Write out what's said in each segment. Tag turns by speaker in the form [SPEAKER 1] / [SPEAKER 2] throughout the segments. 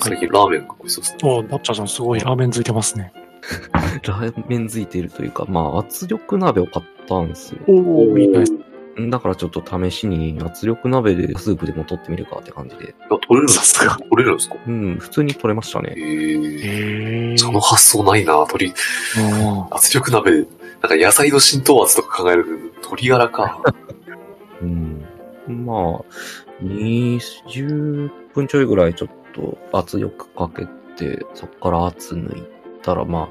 [SPEAKER 1] 最近ラーメンがごちそうですね。
[SPEAKER 2] おダッチャーさんすごいラーメン付いてますね。
[SPEAKER 3] ラーメン付いてるというか、まあ、圧力鍋を買ったんですよ。
[SPEAKER 2] おおいいです。
[SPEAKER 3] だからちょっと試しに圧力鍋でスープでも取ってみるかって感じで。
[SPEAKER 1] あ、取れるんです
[SPEAKER 2] さすが。
[SPEAKER 1] 取れるんですか
[SPEAKER 3] うん、普通に取れましたね。
[SPEAKER 1] へえ。
[SPEAKER 2] へえ。
[SPEAKER 1] その発想ないな鳥、
[SPEAKER 2] うん
[SPEAKER 1] 圧力鍋、なんか野菜の浸透圧とか考えると、鶏ガラか。
[SPEAKER 3] うん。まあ、20分ちょいぐらいちょっと圧力かけて、そこから圧抜いたら、ま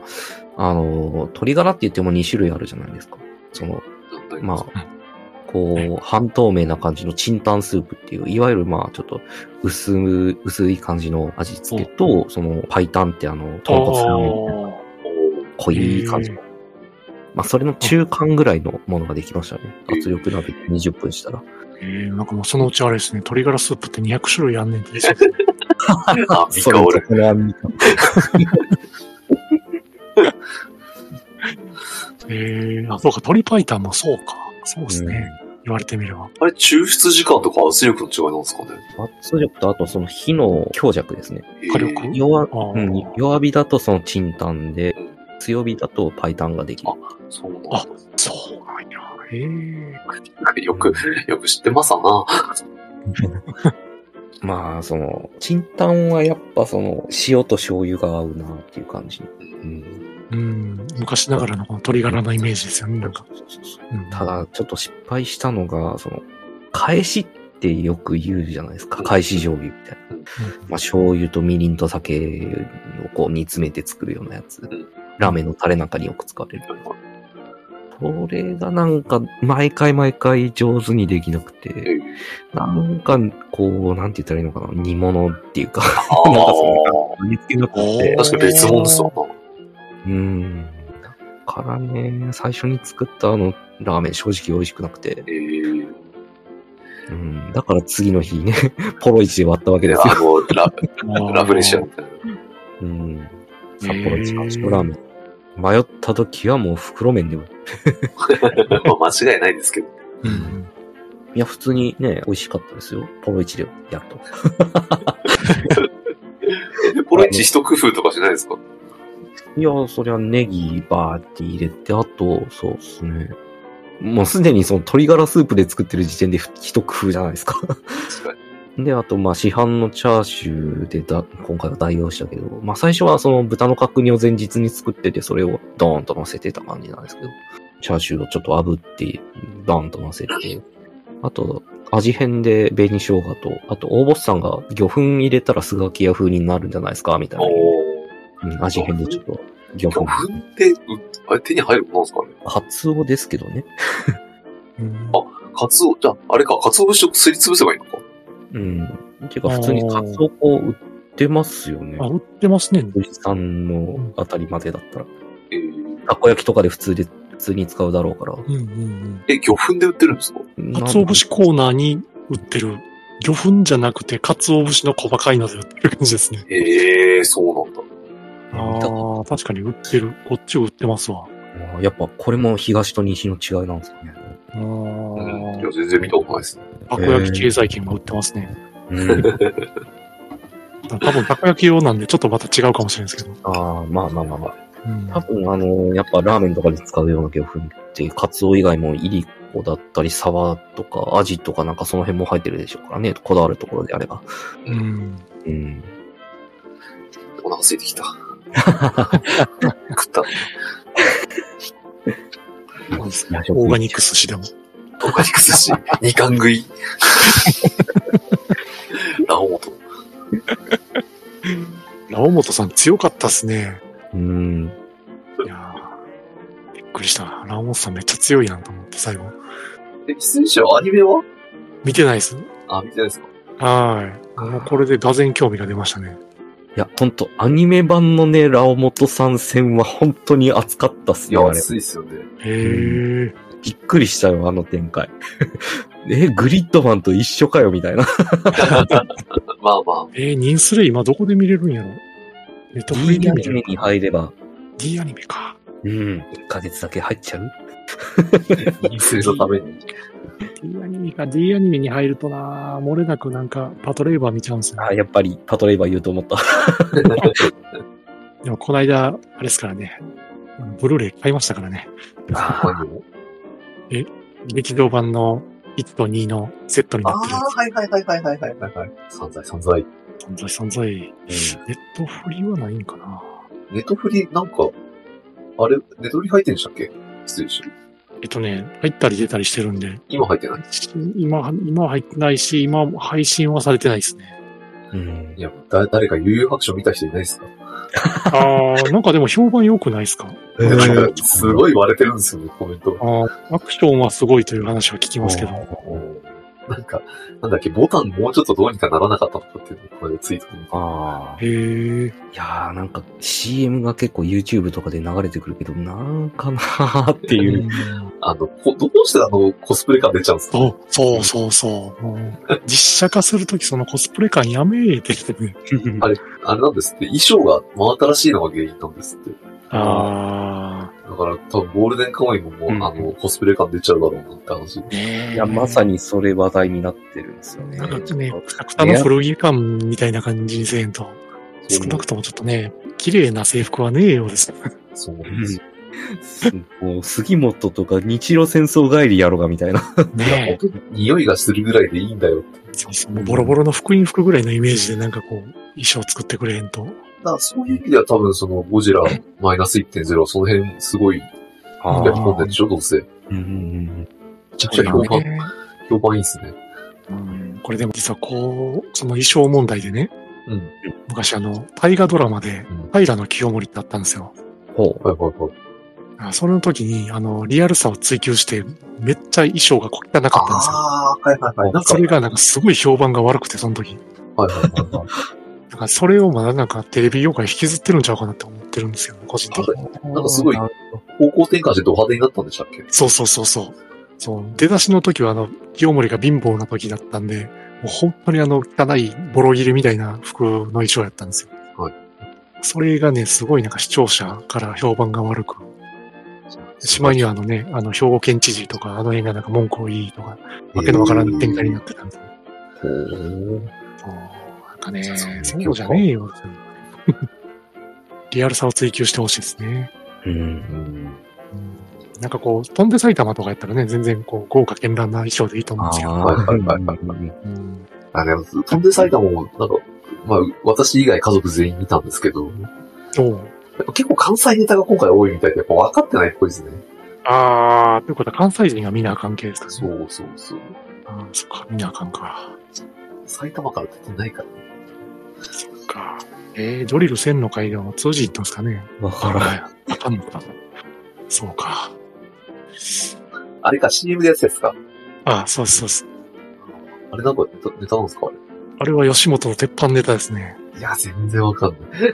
[SPEAKER 3] あ、あの、鶏ガラって言っても2種類あるじゃないですか。その、まあ、こう、半透明な感じのチンタンスープっていう、いわゆるまあ、ちょっと薄、薄い感じの味付けと、その、パイタンってあの、豚骨ラーメンみたいな
[SPEAKER 2] おー
[SPEAKER 3] 濃い感じの。まあ、それの中間ぐらいのものができましたね。
[SPEAKER 1] うん
[SPEAKER 3] 圧力鍋20分したら。
[SPEAKER 2] えー、なんかもうそのうちあれですね、鶏ガラスープって200種類あんねんって。
[SPEAKER 1] あ、ミカオル。
[SPEAKER 3] それは見た
[SPEAKER 2] えー、あ、そうか、鶏白湯もそうか。そうですね、
[SPEAKER 3] う
[SPEAKER 2] 言われてみれば。
[SPEAKER 1] あれ、抽出時間とか圧力の違いなんですかね
[SPEAKER 3] 圧力とあとその火の強弱ですね。
[SPEAKER 1] へー
[SPEAKER 2] 火力
[SPEAKER 3] 弱
[SPEAKER 2] あー
[SPEAKER 3] うん弱火だとそのチンタンで
[SPEAKER 1] うん、
[SPEAKER 3] 強火だとパイタンができる。
[SPEAKER 1] そうなん
[SPEAKER 2] あ
[SPEAKER 1] だ
[SPEAKER 2] そうなんや。えー、
[SPEAKER 1] よく、よく知ってますわな。
[SPEAKER 3] まあ、その、チンタンはやっぱその、塩と醤油が合うなっていう感じ。うん、
[SPEAKER 2] うん、昔ながらのこの鶏ガラのイメージですよね、なんか。うん、
[SPEAKER 3] ただ、ちょっと失敗したのが、その、返しってよく言うじゃないですか。返し醤油みたいな。まあ、醤油とみりんと酒をこう煮詰めて作るようなやつ
[SPEAKER 1] ん。
[SPEAKER 3] ラーメンのタレなんかによく使われる。これがなんか、毎回毎回上手にできなくて、なんか、こう、なんて言ったらいいのかな、煮物っていうか、
[SPEAKER 1] あ
[SPEAKER 3] なんか
[SPEAKER 1] あ。
[SPEAKER 3] 煮付けになっちゃって
[SPEAKER 2] おー
[SPEAKER 1] 確かに別物ですわな。
[SPEAKER 3] うん。だからね、最初に作ったあの、ラーメン正直美味しくなくて、
[SPEAKER 1] えー、
[SPEAKER 3] うん。だから次の日ね、 ポロイチで割ったわけですよ。
[SPEAKER 1] あの、ララブレシア
[SPEAKER 2] ン。
[SPEAKER 1] みたいな。
[SPEAKER 3] うん。
[SPEAKER 2] へー
[SPEAKER 3] 札幌一番塩ラーメン。迷った時はもう袋麺でも。
[SPEAKER 1] まあ、間違いないですけど。
[SPEAKER 2] うん
[SPEAKER 3] いや、普通にね、美味しかったですよ。ポロイチでやると。
[SPEAKER 1] ポロイチ一工夫とかしないですか
[SPEAKER 3] いや、そりゃネギバーって入れて、あと、そうですね。もうすでにその鶏ガラスープで作ってる時点でふ一工夫じゃないですか。
[SPEAKER 1] 確かに。
[SPEAKER 3] で、あと、まあ、市販のチャーシューでだ、今回は代用したけど、まあ、最初はその豚の角煮を前日に作ってて、それをドーンと乗せてた感じなんですけど、チャーシューをちょっと炙って、ドーンと乗せて、あと、味変で紅生姜と、あと、大ボスさんが魚粉入れたらスガキヤ風になるんじゃないですか、みたいな。
[SPEAKER 1] お
[SPEAKER 3] うん、味変でちょっと、魚
[SPEAKER 1] 魚
[SPEAKER 3] 粉。
[SPEAKER 1] 粉って、うあれ手に入るもんなんですかね
[SPEAKER 3] カツオですけどね。
[SPEAKER 2] うん
[SPEAKER 1] カツオ、じゃあ、あれか、カツオ節をすりつぶせばいいのか。
[SPEAKER 3] うん。ていうか、普通にカツオ粉売ってますよね。
[SPEAKER 2] あ、売ってますね。
[SPEAKER 3] 富士山のあたりまでだったら。
[SPEAKER 1] えー、
[SPEAKER 3] たこ焼きとかで普通で、普通に使うだろうから。
[SPEAKER 2] うんうん
[SPEAKER 1] え、魚粉で売ってるんですか
[SPEAKER 2] うん。かつお節コーナーに売ってる。魚粉じゃなくて、かつお節の細かいので売ってる感じですね。
[SPEAKER 1] ええー、そうなんだ。
[SPEAKER 3] なんだ
[SPEAKER 2] ああ、確かに売ってる。こっち売ってますわ。
[SPEAKER 3] あーやっぱこれも東と西の違いなんですかね。
[SPEAKER 2] ああ、
[SPEAKER 1] うん。いや、全然見たことないですね。
[SPEAKER 2] たこ焼き経済圏が売ってますね。
[SPEAKER 3] うん、
[SPEAKER 2] 多分たこ焼き用なんで、ちょっとまた違うかもしれないですけど。
[SPEAKER 3] ああ、まあまあまあまあ。
[SPEAKER 2] うん
[SPEAKER 3] 多分あのーやっぱラーメンとかで使うような魚粉って、カツオ以外もイリコだったり、サバとか、アジとかなんかその辺も入ってるでしょうからね。こだわるところであれば。
[SPEAKER 2] うん。
[SPEAKER 3] うん。
[SPEAKER 1] お腹空いてき た。食った。
[SPEAKER 2] そうです
[SPEAKER 3] いや
[SPEAKER 2] オーガニック寿司でも。
[SPEAKER 1] オーガニック寿司、二貫食い。ラオモト。
[SPEAKER 2] ラオモトさん強かったっすね。
[SPEAKER 3] うん。
[SPEAKER 2] いやーびっくりした。ラオモトさんめっちゃ強いなと思って、最後。
[SPEAKER 1] え、出演者はアニメは
[SPEAKER 2] 見てないです。
[SPEAKER 1] あ、見てないですか
[SPEAKER 2] はーい。もうこれで俄然興味が出ましたね。
[SPEAKER 3] いや、ほんと、アニメ版のね、ラオモトさん戦は本当に熱かったっす
[SPEAKER 1] い
[SPEAKER 3] ね、
[SPEAKER 1] や、
[SPEAKER 3] あれ。
[SPEAKER 1] 熱いっすよね。
[SPEAKER 2] へー。
[SPEAKER 3] びっくりしたよ、あの展開。 え、グリッドマンと一緒かよ、みたいな。
[SPEAKER 1] まあ ま
[SPEAKER 2] えー、ニンスレ今どこで見れるんやろネットフリ
[SPEAKER 3] D
[SPEAKER 2] で
[SPEAKER 3] ア
[SPEAKER 2] 見
[SPEAKER 3] ニ
[SPEAKER 2] れ
[SPEAKER 3] メ
[SPEAKER 2] る
[SPEAKER 3] に入れば、
[SPEAKER 2] D アニメか。
[SPEAKER 3] うん、1ヶ月だけ入っちゃう
[SPEAKER 1] あ、陰性のために。
[SPEAKER 2] D アニメか、D アニメに入るとな、漏れなくなんかパトレイバー見ちゃうんですよ、
[SPEAKER 3] あ、やっぱり、パトレイバー言うと思った。
[SPEAKER 2] でもこの間、あれですからね、ブルーレイ買いましたからね。
[SPEAKER 1] あ
[SPEAKER 2] 劇場版の1と2のセットに
[SPEAKER 1] あ
[SPEAKER 2] なってるや
[SPEAKER 1] ー、はいはいはいはいはいはいはいはい。散財散財。
[SPEAKER 2] つ。存在存在。ネットフリはないんかな。
[SPEAKER 1] ネトフリ、なんか、あれ、ネトフリ入ってんでしたっけ失礼しました。
[SPEAKER 2] えっとね、入ったり出たりしてるんで、
[SPEAKER 1] 今入ってない
[SPEAKER 2] 今は、今は入ってないし、今は配信はされてないですね。
[SPEAKER 3] うん
[SPEAKER 1] い。や、だ誰か悠々白書見た人いないですか
[SPEAKER 2] あー、なんかでも評判良くないですか
[SPEAKER 3] えー
[SPEAKER 1] なんか すごい割れてるんですよね、コメントが。
[SPEAKER 2] あーアクションはすごいという話は聞きますけど。
[SPEAKER 1] なんか、なんだっけ、ボタンもうちょっとどうにかならなかったのかっていうのこれツイートに。
[SPEAKER 3] ああ。
[SPEAKER 2] へー。
[SPEAKER 3] いやーなんか CM が結構 YouTube とかで流れてくるけど、なんかなーっ ていう。
[SPEAKER 1] あの、こどうしてあの、コスプレ感出ちゃうんですか
[SPEAKER 2] そう、そうそうそう。もう実写化するときそのコスプレ感やめーって言ってね。
[SPEAKER 1] ああれなんですって、衣装が真新しいのが原因なんですって。
[SPEAKER 2] あ
[SPEAKER 1] だから、多分ゴールデンカムイももう、
[SPEAKER 3] うん
[SPEAKER 1] あの、コスプレ感出ちゃうだろうなって話。
[SPEAKER 2] ー。ね
[SPEAKER 3] いや、まさ。にそれ話題になってるんですよね。
[SPEAKER 2] なんかね、くたくたの古着感みたいな感じにせんと、
[SPEAKER 1] そう
[SPEAKER 2] 少なくともちょっとね、綺麗な制服はねえようです。
[SPEAKER 1] そうなんですよ。
[SPEAKER 3] すもう杉本とか日露戦争帰りやろがみたいな。
[SPEAKER 1] いや、本
[SPEAKER 2] ね
[SPEAKER 1] 当に匂いがするぐらいでいいんだよって。
[SPEAKER 2] え。そうそう。もうボロボロの福音服ぐらいのイメージでなんかこう、衣装作ってくれへんと。
[SPEAKER 1] だから、そういう意味では多分、その、ゴジラマイナス1.0はその辺、すごい、
[SPEAKER 2] あ
[SPEAKER 1] 書
[SPEAKER 2] ー
[SPEAKER 1] き込んでるでしょどうせ。め
[SPEAKER 3] うんうん
[SPEAKER 1] ちゃくちゃ評判、
[SPEAKER 2] ね
[SPEAKER 1] 評判いいっすね。
[SPEAKER 2] うんこれでも実はこう、その衣装問題でね、
[SPEAKER 1] うん。
[SPEAKER 2] 昔あの、大河ドラマで
[SPEAKER 1] うん、
[SPEAKER 2] 平の清盛ってあったんですよ。
[SPEAKER 3] うんほ
[SPEAKER 1] はいはいはい。
[SPEAKER 2] あそれの時に、あの、リアルさを追求して、めっちゃ衣装が小汚かったんですよ。
[SPEAKER 1] ああー、はいはいはい。なんか、
[SPEAKER 2] そ
[SPEAKER 1] はい
[SPEAKER 2] れがなんかすごい評判が悪くて、その時。
[SPEAKER 1] はいはいはい。
[SPEAKER 2] だからそれをまだなんかテレビ業界引きずってるんちゃうかなって思ってるんですよ、個人的に。
[SPEAKER 3] う。
[SPEAKER 1] なんかすごい
[SPEAKER 3] あ
[SPEAKER 1] 方向転換してド派手になったんでしたっけ
[SPEAKER 2] そうそうそうそう。そう、出だしの時はあの、清盛が貧乏な時だったんで、もう本当にあの、汚いボロ切れみたいな服の衣装やったんですよ。
[SPEAKER 1] はい。
[SPEAKER 2] それがね、すごいなんか視聴者から評判が悪く、しまいにはあのね、あの、兵庫県知事とか、あの辺がなんか文句を言いとか、わけのわからん展開になってたんで。
[SPEAKER 1] ほー
[SPEAKER 2] そうなんかね
[SPEAKER 1] そうそう、
[SPEAKER 2] そうじゃね えよ。リアルさを追求してほしいですね。
[SPEAKER 3] うん
[SPEAKER 2] なんかこう、飛んで埼玉とかやったらね、全然こう、豪華絢爛な衣装でいいと思うんですけど。
[SPEAKER 1] はいはいはいはい
[SPEAKER 2] うん
[SPEAKER 1] あ、でも、飛んで埼玉も、なんか、まあ、私以外家族全員見たんですけど、や
[SPEAKER 2] そう。
[SPEAKER 1] っぱ結構関西ネタが今回多いみたいで、やっぱ分かってないっぽいですね。
[SPEAKER 2] あー、ということは関西人が見なあかん系ですかね。
[SPEAKER 1] そうそうそう。
[SPEAKER 2] あーそっか、見なあかんか。
[SPEAKER 1] 埼玉から出てないからね。
[SPEAKER 2] そっか。えー、ジョリル1000の回でも通じ行ったんですかね。
[SPEAKER 3] わからん。
[SPEAKER 2] あかんのか。そうか。
[SPEAKER 1] あれか、CM でやつですか
[SPEAKER 2] あー、そうです、そうです。
[SPEAKER 1] あれなんかネタネタなんですかあれ
[SPEAKER 2] あれは吉本の鉄板ネタですね。
[SPEAKER 1] いや、全然わかんない。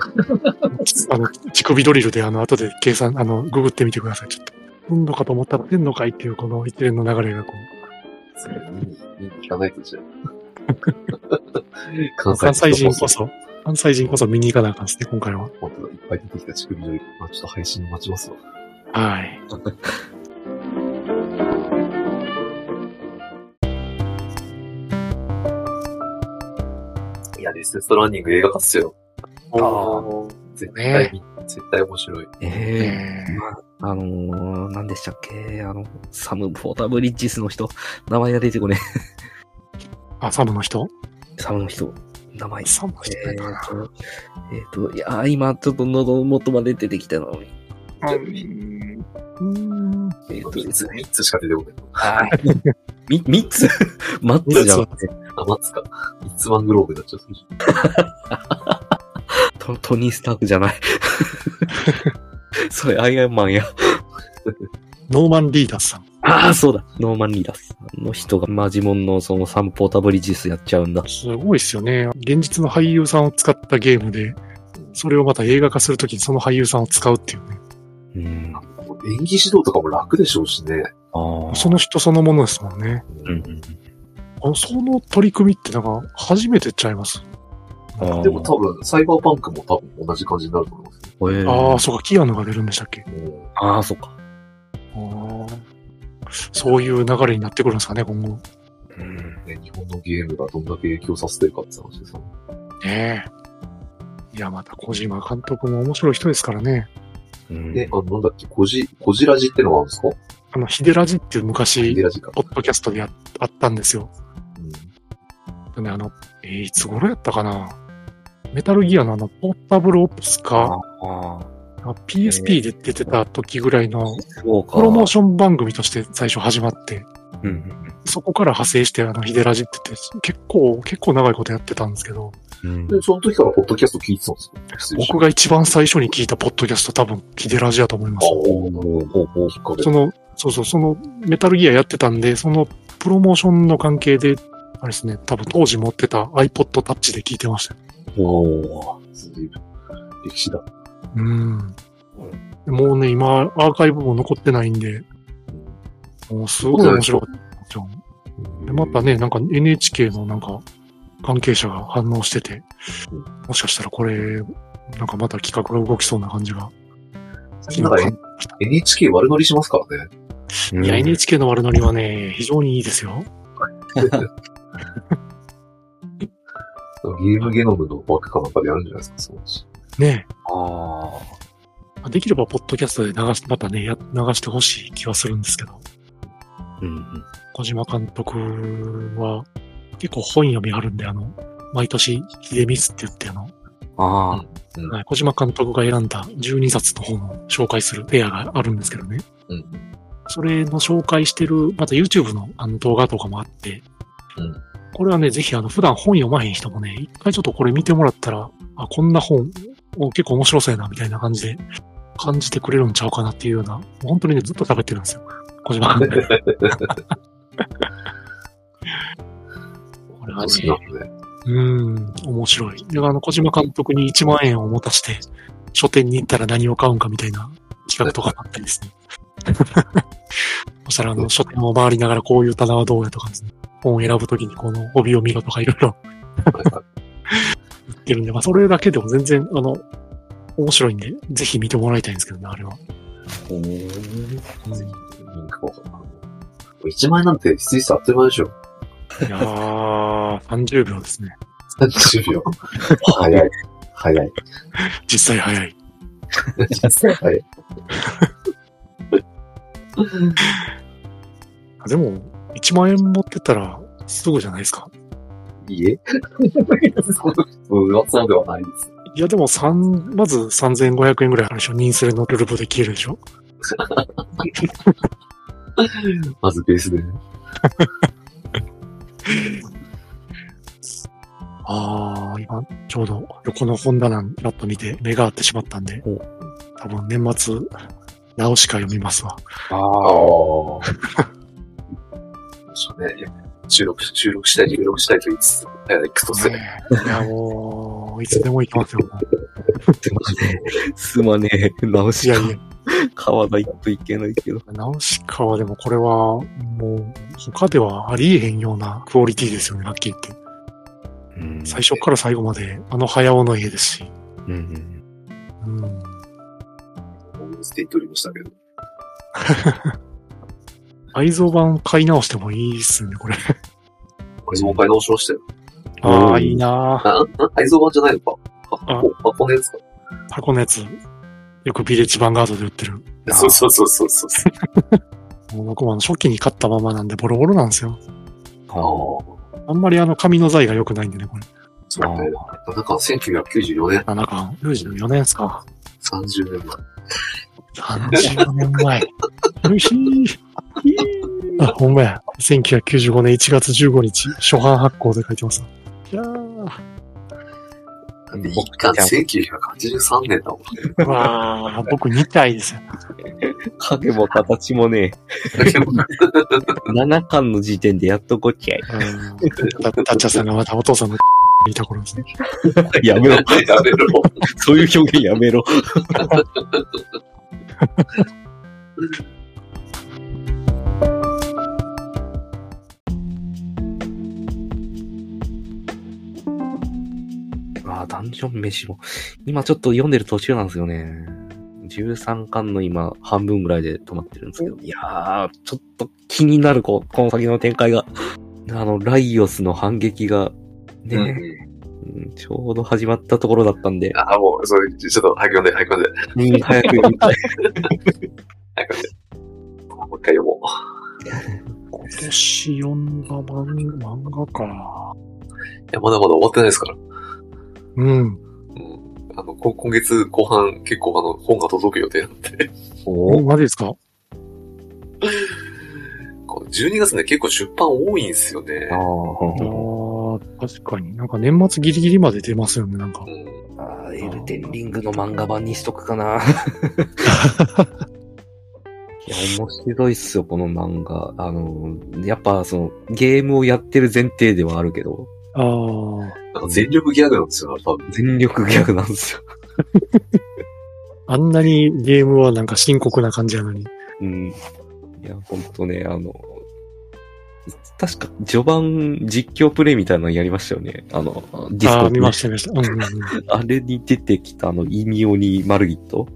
[SPEAKER 2] あの、乳首ドリルで、あの、後で計算、あの、ググってみてください、ちょっと。運度かと思ったら、天の会っていうこの一連の流れがこう、
[SPEAKER 1] それ見に、見に行かないとじゃあ。関
[SPEAKER 2] 関西人こ
[SPEAKER 1] そ
[SPEAKER 2] そ、関西人こそ見に行かなあかんですね、今回は。
[SPEAKER 1] 本当だいっぱい出てきた乳首の、まあ、ちょっと配信待ちますわ。
[SPEAKER 2] はい。
[SPEAKER 1] いや、デステストランニング映画化っすよ。
[SPEAKER 2] お
[SPEAKER 1] 絶対
[SPEAKER 2] ね
[SPEAKER 1] 見、絶対面白い。
[SPEAKER 3] ええ
[SPEAKER 2] え
[SPEAKER 3] あのー、何でしたっけあの、サム・ポーターブリッジスの人。名前が出てこね
[SPEAKER 2] ー、あ、サムの人
[SPEAKER 3] え。サムの人。名前。
[SPEAKER 2] サムの人
[SPEAKER 3] えっ、
[SPEAKER 2] やな
[SPEAKER 3] と、えっ、と、いやー今ちょっと喉元まで出てきたのに。
[SPEAKER 2] うんうん
[SPEAKER 3] え
[SPEAKER 1] 3
[SPEAKER 3] っ、とです
[SPEAKER 1] つ、
[SPEAKER 3] ね。
[SPEAKER 1] 三つしか出てこない。
[SPEAKER 3] はい。み、三つ マッツじゃなくて、
[SPEAKER 1] あ、松か。三つマングローブになっちゃう。
[SPEAKER 3] トトニー・スタークじゃない。 それ、アイアンマンや。
[SPEAKER 2] ノーマンリーダーさん。
[SPEAKER 3] ああ、そうだ。ノーマン・リーダース。あの人がマジモンのそのサンポータブリッジスやっちゃうんだ。
[SPEAKER 2] すごいですよね。現実の俳優さんを使ったゲームで、それをまた映画化するときにその俳優さんを使うっていうね。
[SPEAKER 3] うん。あ
[SPEAKER 1] 演技指導とかも楽でしょうしね。
[SPEAKER 3] あ
[SPEAKER 2] その人そのものですもんね。
[SPEAKER 3] うん。
[SPEAKER 2] あのその取り組みってなんか初めてちゃいます。
[SPEAKER 3] あ
[SPEAKER 1] でも多分、サイバーパンクも多分同じ感じになると思います
[SPEAKER 3] 分、えー
[SPEAKER 2] ああ、そうか、キアヌが出るんでしたっけ
[SPEAKER 1] よ。
[SPEAKER 3] ああ、そっか。
[SPEAKER 2] あーそういう流れになってくるんですかね、今後。
[SPEAKER 3] うん。
[SPEAKER 1] ね、日本のゲームがどんだけ影響させてるかって話でさ。
[SPEAKER 2] ねえ。いや、また小島監督も面白い人ですからね。
[SPEAKER 3] うん
[SPEAKER 1] で、あの、なんだっけ、こじ、こじらじってのはあるんですか
[SPEAKER 2] あの、ヒデラジっていう
[SPEAKER 1] ヒデ
[SPEAKER 2] 昔、
[SPEAKER 1] ラジか。
[SPEAKER 2] ポッドキャストでやあったんですよ。
[SPEAKER 1] うん。
[SPEAKER 2] でね、あの、えーいつ頃やったかなメタルギアのあの、ポータブルオプスか、
[SPEAKER 3] ああ、
[SPEAKER 2] あ PSP で出てた時ぐらいの、
[SPEAKER 3] そうか。
[SPEAKER 2] プロモーション番組として最初始まって、
[SPEAKER 3] うんうん
[SPEAKER 2] そこから派生して、あの、ヒデラジって言って、結構、結構長いことやってたんですけど、
[SPEAKER 3] うん。
[SPEAKER 1] で、その時からポッドキャスト聞いてたんですか
[SPEAKER 2] 僕が一番最初に聞いたポッドキャスト多分、ヒデラジだと思います。
[SPEAKER 1] おおおおきっかけ
[SPEAKER 2] その、そうそう、そのメタルギアやってたんで、そのプロモーションの関係で、あれですね、多分当時持ってた iPod Touch で聞いてましたよ。
[SPEAKER 1] おー随分歴史だ。
[SPEAKER 2] うん。もうね、今、アーカイブも残ってないんで、もうすごい面白かったんですよ。で、またね、なんか NHK のなんか関係者が反応してて、もしかしたらこれ、なんかまた企画が動きそうな感じが。
[SPEAKER 1] なんか NHK 悪乗りしますからね。
[SPEAKER 2] いや、
[SPEAKER 3] うん
[SPEAKER 2] NHK の悪乗りはね、非常にいいですよ。
[SPEAKER 1] ゲームゲノムの枠かなんかでやるんじゃないですか、そのうち。
[SPEAKER 2] ねえ
[SPEAKER 3] ああ。
[SPEAKER 2] まあできれば、ポッドキャストで流し、またね、や流してほしい気はするんですけど、
[SPEAKER 3] うんうん。
[SPEAKER 2] 小島監督は、結構本読みあるんで、あの、毎年、秀光って言って、あの、
[SPEAKER 3] ああ。
[SPEAKER 1] うん
[SPEAKER 2] はい小島監督が選んだ12冊の本を紹介するフェアがあるんですけどね。
[SPEAKER 1] うん。
[SPEAKER 2] それの紹介してる、また YouTube のあの動画とかもあって、
[SPEAKER 1] うん
[SPEAKER 2] これはね、ぜひあの、普段本読まへん人もね、一回ちょっとこれ見てもらったら、あ、こんな本、お結構面白そうやな、みたいな感じで、感じてくれるんちゃうかなっていうような、本当にね、ずっと食べてるんですよ。小島 監督。これ
[SPEAKER 1] 楽
[SPEAKER 2] はね
[SPEAKER 1] し、みなんでね。
[SPEAKER 2] うん、面白い。で、あの、小島監督に1万円を持たして、書店に行ったら何を買うんかみたいな企画とかあったりですね。そしたら、あの、書店を回りながらこういう棚はどうやとかですね。本を選ぶときにこの帯を見ろとかいろいろ 言ってるんで、まあ、それだけでも全然、あの、面白いんで、ぜひ見てもらいたいんですけどね、あれは。
[SPEAKER 3] ほ
[SPEAKER 1] リンクを1万円なんて、実質あっという間でしょ。
[SPEAKER 2] いやー、30秒ですね。
[SPEAKER 1] 30秒。早い。早い。
[SPEAKER 2] 実際早い。
[SPEAKER 1] 実際早い。
[SPEAKER 2] あでも、1万円持ってたら、すぐじゃないですか。
[SPEAKER 1] いいえ。そう、そうではないです。
[SPEAKER 2] いや、でも三、まず3500円ぐらいあるでしょ。人数のルルブで消えるでしょ。
[SPEAKER 1] まずベースでね。
[SPEAKER 2] ああ、今、ちょうど横の本棚にラッと見て目が合ってしまったんで
[SPEAKER 3] お、
[SPEAKER 2] 多分年末、直しか読みますわ。
[SPEAKER 1] ああ。
[SPEAKER 3] ああ。
[SPEAKER 1] そうね。収録、収録したい、収録したいと言いつつ、早くとせ。
[SPEAKER 2] ねえいや、もう、いつでも行きますよ。もう
[SPEAKER 3] すまねえ。直
[SPEAKER 2] い
[SPEAKER 3] し
[SPEAKER 2] や
[SPEAKER 3] か
[SPEAKER 2] いや、
[SPEAKER 3] 買わないといけないけど。
[SPEAKER 2] 直しかはでもこれは、もう、他ではありえへんようなクオリティですよね、ラッキーって。
[SPEAKER 3] うん
[SPEAKER 2] 最初から最後まで、あの早尾の家ですし。
[SPEAKER 3] うんうん。
[SPEAKER 2] うん。
[SPEAKER 1] って言っておりましたけど。
[SPEAKER 2] 愛蔵版買い直してもいいっすね、これ。
[SPEAKER 1] これもう一回直しましたよ。
[SPEAKER 2] ああ、いいなー
[SPEAKER 1] あ、あ愛蔵版じゃないのか。
[SPEAKER 2] あ
[SPEAKER 1] 箱、箱のやつか。
[SPEAKER 2] 箱のやつ、よくビレッジヴァンガードで売ってる。
[SPEAKER 1] そうそうそうそうそう。
[SPEAKER 2] もう僕もあの初期に買ったままなんでボロボロなんですよ。
[SPEAKER 1] ああ。
[SPEAKER 2] あんまりあの紙の材が良くないんでね、これ。
[SPEAKER 1] そうね。なんか1994年、
[SPEAKER 2] 7巻、94年ですか。
[SPEAKER 1] 30年前。
[SPEAKER 2] 30年前。うひーひーあ、ほんまや。1995年1月15日、初版発行で書いてます。いやー。
[SPEAKER 1] だって一巻1983年だもんね。
[SPEAKER 2] うわー、僕2体ですよ。
[SPEAKER 3] 影も形もねえ。7巻の時点でやっとこっち ゃい。
[SPEAKER 2] うんタッチャさんがまたお父さんのいた頃ですね。
[SPEAKER 3] やめろ。
[SPEAKER 1] やめろ。
[SPEAKER 3] そういう表現や めろ。ああ、ダンジョン飯も。今ちょっと読んでる途中なんですよね。 13巻の今、半分ぐらいで止まってるんですけど、いやー、ちょっと気になる、こうこの先の展開が。あの、ライオスの反撃が、ね、
[SPEAKER 1] うん。
[SPEAKER 3] うんちょうど始まったところだったんで、
[SPEAKER 1] あ、もう、それ、ちょっと早く読んで、早く読んで、
[SPEAKER 3] うん早く読みたい。
[SPEAKER 1] 早く読んで。もう一回読もう。
[SPEAKER 2] 今年読んだ漫漫画か。
[SPEAKER 1] いや、まだまだ終わってないですから。
[SPEAKER 2] うん。
[SPEAKER 1] うん。あの、こ今月後半、結構あの、本が届く予定なんで。
[SPEAKER 2] お、
[SPEAKER 3] お
[SPEAKER 2] マジですか
[SPEAKER 1] こう12月ね、結構出版多いんですよね。
[SPEAKER 2] あ
[SPEAKER 3] あ
[SPEAKER 2] ー確かに。なんか年末ギリギリまで出ますよね、なんか
[SPEAKER 1] う。ん。
[SPEAKER 3] あー、エルデンリングの漫画版にしとく かな。いや、面白いっすよ、この漫画。あの、やっぱ、その、ゲームをやってる前提ではあるけど、
[SPEAKER 2] ああ。
[SPEAKER 1] なんか全力ギャグなんですよ、多分。
[SPEAKER 3] 全力ギャグなんですよ。
[SPEAKER 2] あんなにゲームはなんか深刻な感じなのに。
[SPEAKER 3] うん。いや、ほんとね、あの、確か、序盤実況プレイみたいなのやりましたよね。あの、ディス
[SPEAKER 2] あ
[SPEAKER 3] コ
[SPEAKER 2] あ、見ました、見ました。うんうんうん。
[SPEAKER 3] あれに出てきたあの、異名にマルギット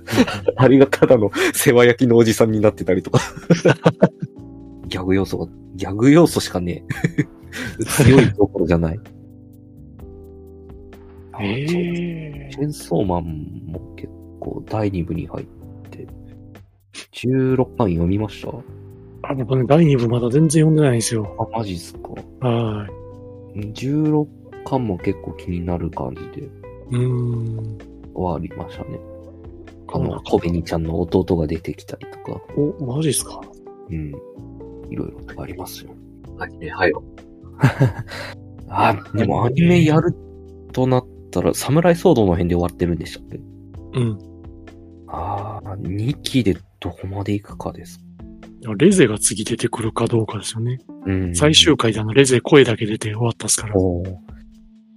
[SPEAKER 3] あれがただの世話焼きのおじさんになってたりとか。 ギャグ要素が、ギャグ要素しかねえ。強いところじゃ ない。
[SPEAKER 2] ええ
[SPEAKER 3] チェンソーマンも結構第2部に入って、16巻読みました
[SPEAKER 2] あ、僕ね、第2部まだ全然読んでないんですよ。
[SPEAKER 3] あ、マジっすか。
[SPEAKER 2] は
[SPEAKER 3] 16巻も結構気になる感じで
[SPEAKER 2] い。うーん。
[SPEAKER 3] はありましたね。あ
[SPEAKER 2] そうな
[SPEAKER 3] の、
[SPEAKER 2] んだ
[SPEAKER 3] コベニちゃんの弟が出てきたりとか。
[SPEAKER 2] お、マジですか
[SPEAKER 3] うん。いろいろとありますよ。
[SPEAKER 1] アニメ、はよ。
[SPEAKER 3] あ、でもアニメやるとなったら、サムライソードの辺で終わってるんでしたっけ
[SPEAKER 2] うん。
[SPEAKER 3] ああ、2期でどこまで行くかです。
[SPEAKER 2] レゼが次出てくるかどうかですよね。
[SPEAKER 3] うん
[SPEAKER 2] 最終回であのレゼ声だけ出て終わったっすから。
[SPEAKER 3] おー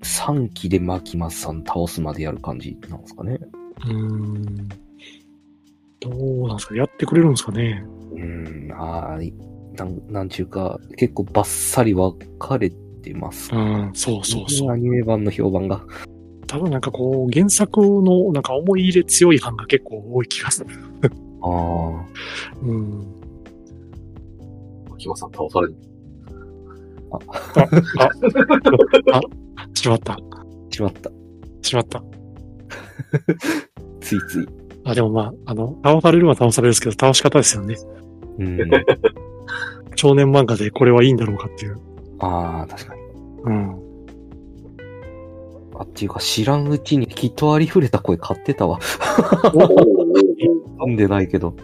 [SPEAKER 3] 3期でマキマさん倒すまでやる感じなんですかね。
[SPEAKER 2] うーん。どうなんですかやってくれるんですかね
[SPEAKER 3] うん、ああ、なん、なんちゅうか、結構バッサリ分かれてます。
[SPEAKER 2] うん、そうそうそう。
[SPEAKER 3] アニメ版の評判が。
[SPEAKER 2] 多分なんかこう、原作のなんか思い入れ強い版が結構多い気がする。
[SPEAKER 3] ああ。
[SPEAKER 2] うん。
[SPEAKER 1] 秋葉さん倒される。
[SPEAKER 2] しまった。
[SPEAKER 3] しまった。
[SPEAKER 2] しまった。
[SPEAKER 3] ついつい。
[SPEAKER 2] あ、でもまあ、あの、倒されるは倒されるんですけど、倒し方ですよね。
[SPEAKER 3] うん。
[SPEAKER 2] 少年漫画でこれはいいんだろうかっていう。
[SPEAKER 3] ああ、確かに。
[SPEAKER 2] うん。
[SPEAKER 3] あ、っていうか、知らんうちにきっとありふれた声買ってたわ。
[SPEAKER 1] おおお
[SPEAKER 3] 飲んでないけど。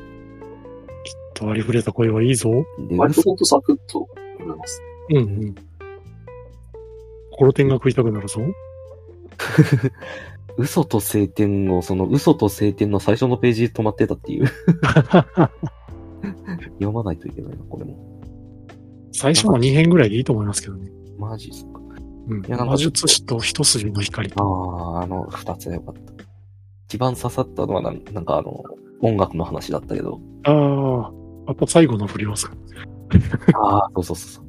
[SPEAKER 2] とありふれた声はいいぞ。
[SPEAKER 3] で、
[SPEAKER 1] 割と
[SPEAKER 3] 嘘
[SPEAKER 1] ほんとサクッと読めます。
[SPEAKER 2] うんうん。コロテンが食いたくなるぞ。
[SPEAKER 3] 嘘と晴天を、その嘘と晴天の最初のページで止まってたっていう。 読まないといけないな、これも。
[SPEAKER 2] 最初の2編ぐらいでいいと思いますけどね。
[SPEAKER 3] マジっすか。
[SPEAKER 2] うん。
[SPEAKER 3] いやなんか
[SPEAKER 2] 魔術師と一筋の光。
[SPEAKER 3] ああ、あの、二つがよかった。一番刺さったのはなん、なんかあの、音楽の話だったけど。
[SPEAKER 2] ああ、あと最後の振りますか。
[SPEAKER 3] ああ、そうそうそうそう。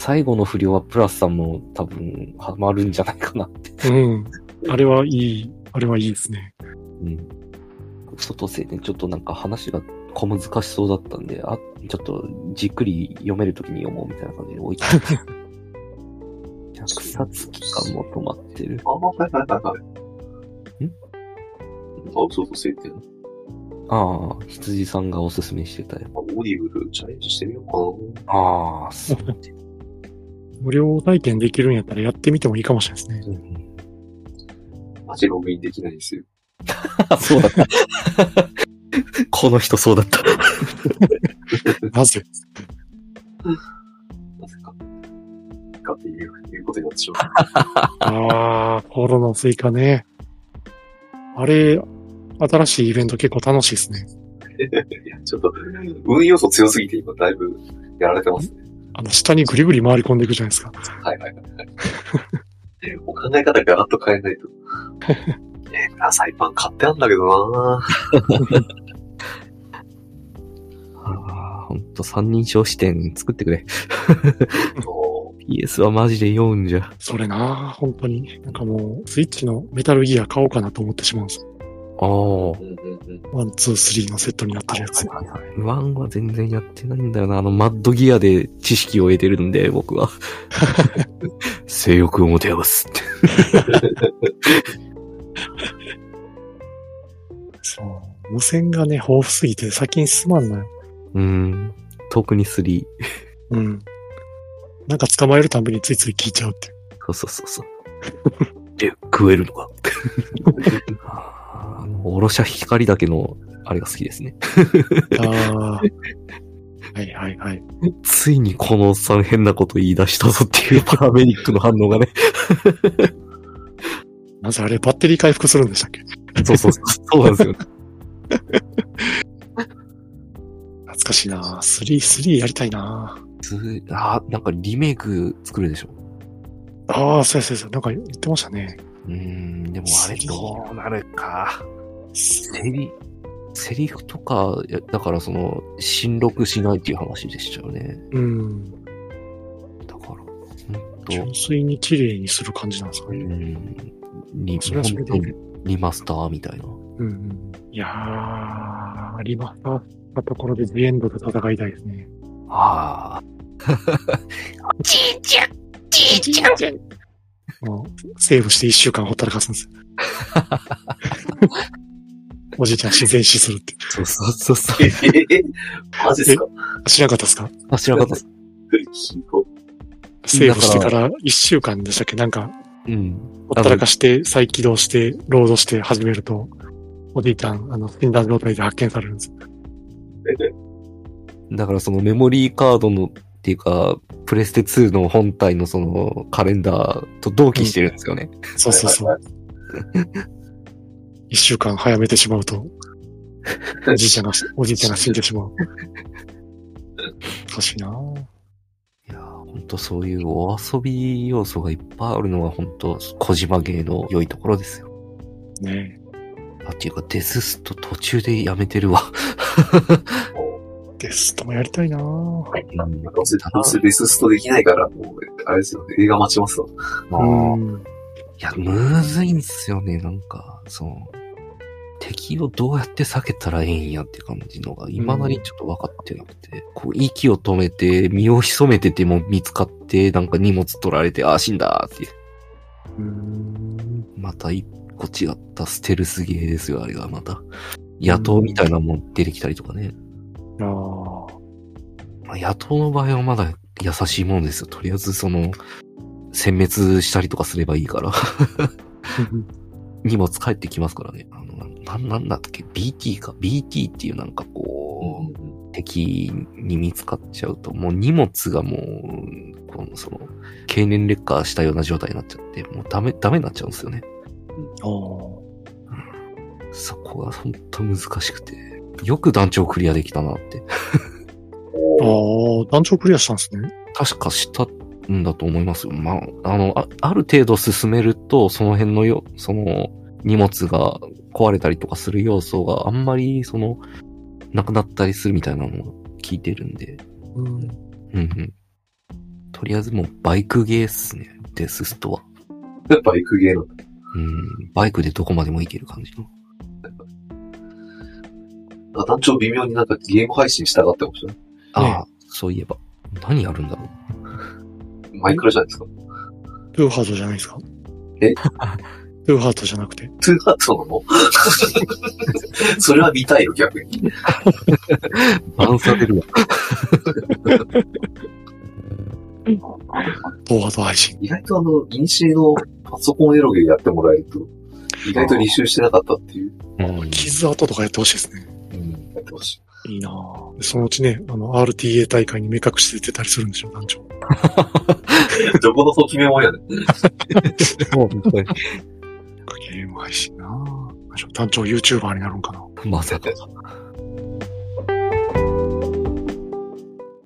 [SPEAKER 3] 最後の不良はプラスさんも多分ハマるんじゃないかなって。
[SPEAKER 2] うん。あれはいい、あれはいいですね。
[SPEAKER 3] うん。外晴天、ちょっとなんか話が小難しそうだったんで、あ、ちょっとじっくり読めるときに読もうみたいな感じで置い てある。100冊期間も止まってる。
[SPEAKER 1] あ、はいはいはいはい。
[SPEAKER 3] ん
[SPEAKER 1] あ、そうそう、晴天。
[SPEAKER 3] ああ、羊さんがおすすめしてたよ。
[SPEAKER 1] あオリブルチャレンジしてみようか
[SPEAKER 3] ああ、そう。
[SPEAKER 2] 無料体験できるんやったらやってみてもいいかもしれないですね。
[SPEAKER 3] うん
[SPEAKER 1] な。マジログインできないんですよ。
[SPEAKER 3] あ、そうだった。この人そうだった。
[SPEAKER 2] な ぜ
[SPEAKER 1] なぜか。かっていう、いうことになってしま
[SPEAKER 2] ああ、コロのスイカね。あれ、新しいイベント結構楽しいですね。
[SPEAKER 1] う。いや、ちょっと、運要素強すぎて今、だいぶやられてますね。
[SPEAKER 2] あの、下にぐりぐり回り込んでいくじゃないですか。
[SPEAKER 1] はいはいはいはい。もう考え方ガラッと変えないと。えー、サイパン買ってあんだけどな
[SPEAKER 3] ああ、ほんと三人称視点作ってくれ。
[SPEAKER 1] もう
[SPEAKER 3] PS はマジで読んじゃ。
[SPEAKER 2] それなあ、本当に。なんかもう、スイッチのメタルギア買おうかなと思ってしまうんです。
[SPEAKER 3] ああ。
[SPEAKER 1] うんうんうん。
[SPEAKER 2] ワン、ツー、スリーのセットになってるやつ。
[SPEAKER 1] はいはいはい。
[SPEAKER 3] ワンは全然やってないんだよな。あの、マッドギアで知識を得てるんで、僕は。 性欲を持て余すって。
[SPEAKER 2] そう。無線がね、豊富すぎて先に進まんのよ。
[SPEAKER 3] うん。特に3。
[SPEAKER 2] うん。なんか捕まえるたんびについつい聞いちゃうっていう。
[SPEAKER 3] そうそうそうそう。で、食えるのかって。あの、おろしゃ光だけの、あれが好きですね。
[SPEAKER 2] ああー。はいはいはい。
[SPEAKER 3] ついにこのおっさん変なこと言い出したぞっていうパラメディックの反応がね。
[SPEAKER 2] なぜあれバッテリー回復するんでしたっけ
[SPEAKER 3] そうそうそう。そうなんですよ。
[SPEAKER 2] 懐かしいなスリー、スリーやりたいな
[SPEAKER 3] つあーなんかリメイク作るでしょ。
[SPEAKER 2] ああ、そうやそうやそうや。なんか言ってましたね。
[SPEAKER 3] うーん、でもあれ
[SPEAKER 2] 3
[SPEAKER 3] どうなるか。セリ、セリフとか、いやだからその、新録しないっていう話でしたよね。
[SPEAKER 2] うん。
[SPEAKER 3] だから、ほんと、
[SPEAKER 2] 純粋に綺麗にする感じなんですか
[SPEAKER 3] う
[SPEAKER 2] ね。
[SPEAKER 3] ん、に、
[SPEAKER 2] それはそれで
[SPEAKER 3] ほんとリマスターみたいな。
[SPEAKER 2] うんうん。いやー、ありました。ところで、ジエンドと戦いたいですね。
[SPEAKER 3] ああ。
[SPEAKER 2] もう、セーブして一週間ほったらかすんです よ。おじいちゃん自然死するって。
[SPEAKER 3] そうそうそうそ
[SPEAKER 1] え
[SPEAKER 3] う。
[SPEAKER 1] ええマジですか
[SPEAKER 2] 知らなかったですか
[SPEAKER 3] あ、知らなかったっす。
[SPEAKER 1] 聞こ
[SPEAKER 2] セーブしてから一週間でしたっけなんか、
[SPEAKER 3] うん。
[SPEAKER 2] ほったらかして、再起動して、ロードして始めると、おじいちゃん、あの、死んだ状態で発見されるんですよ。
[SPEAKER 3] だからそのメモリーカードの、っていうか、プレステ2の本体のそのカレンダーと同期してるんですよね。
[SPEAKER 2] そうそうそう。一週間早めてしまう と、おじいちゃんが、おじいちゃんが死んでしまう。難しいなぁ。
[SPEAKER 3] いやー、本当そういうお遊び要素がいっぱいあるのが本当小島芸の良いところですよ。
[SPEAKER 2] ね
[SPEAKER 3] あ、っていうか、デススト途中でやめてるわ。
[SPEAKER 2] え。ゲストもやりたいなぁ。
[SPEAKER 1] えなんかどうせ、どうせレスストできないから、もう、あれですよね、映画待ちますわ。
[SPEAKER 3] まあ、い
[SPEAKER 2] うん。
[SPEAKER 3] や、むずいんすよね、なんか、その、敵をどうやって避けたらええんやって感じのが、未だにちょっと分かってなくて、こう、息を止めて、身を潜めてても見つかって、なんか荷物取られて、あー、死んだーって、
[SPEAKER 2] うん
[SPEAKER 3] また一個違ったステルスゲーですよ、あれがまた。野党みたいなもん出てきたりとかね。
[SPEAKER 2] あー
[SPEAKER 3] まあ野党の場合はまだ優しいもんですよ。とりあえずその、殲滅したりとかすればいいから。荷物帰ってきますからね。あの、なんなんだっけ ?BT か ?BT っていうなんかこう、敵に見つかっちゃうと、もう荷物がもう、このその、経年劣化したような状態になっちゃって、もうダメ、ダメになっちゃうんですよね。
[SPEAKER 2] あー。
[SPEAKER 3] そこが本当難しくて。よく団長クリアできたなって。
[SPEAKER 2] あー、団長クリアしたんですね。
[SPEAKER 3] 確かしたんだと思いますよ。まあ、あの、あある程度進めると、その辺のよ、その、荷物が壊れたりとかする要素があんまり、その、なくなったりするみたいなのを聞いてるんで。
[SPEAKER 2] うん。
[SPEAKER 3] うんうん。とりあえずもうバイクゲーっすね。デスストは。
[SPEAKER 1] バイクゲーム。
[SPEAKER 3] うん。バイクでどこまでも行ける感じの。
[SPEAKER 1] あ団長微妙になんかゲーム配信したがってましたね。
[SPEAKER 3] ああ、そういえば。何やるんだろう。
[SPEAKER 1] マイクラじゃないですか。
[SPEAKER 2] トゥーハートじゃないですか
[SPEAKER 1] え
[SPEAKER 2] トゥーハートじゃなくて。
[SPEAKER 1] トゥーハートなのそれは見たいよ、逆に。
[SPEAKER 3] バンされるわ。
[SPEAKER 2] トゥーハート配信。
[SPEAKER 1] 意外とあの、イニシエのパソコンエロゲーやってもらえると、意外と履修してなかったっていう、
[SPEAKER 3] うん
[SPEAKER 2] 傷跡とかやってほしいですね。
[SPEAKER 1] うん、やってほしい。
[SPEAKER 2] いいなぁでそのうちね、あの、RTA 大会に目隠して出たりするんでしょ、団長。
[SPEAKER 1] どこのときめもやね。
[SPEAKER 2] ゲーム配信なぁ団長 YouTuber になるんかな
[SPEAKER 3] まさか。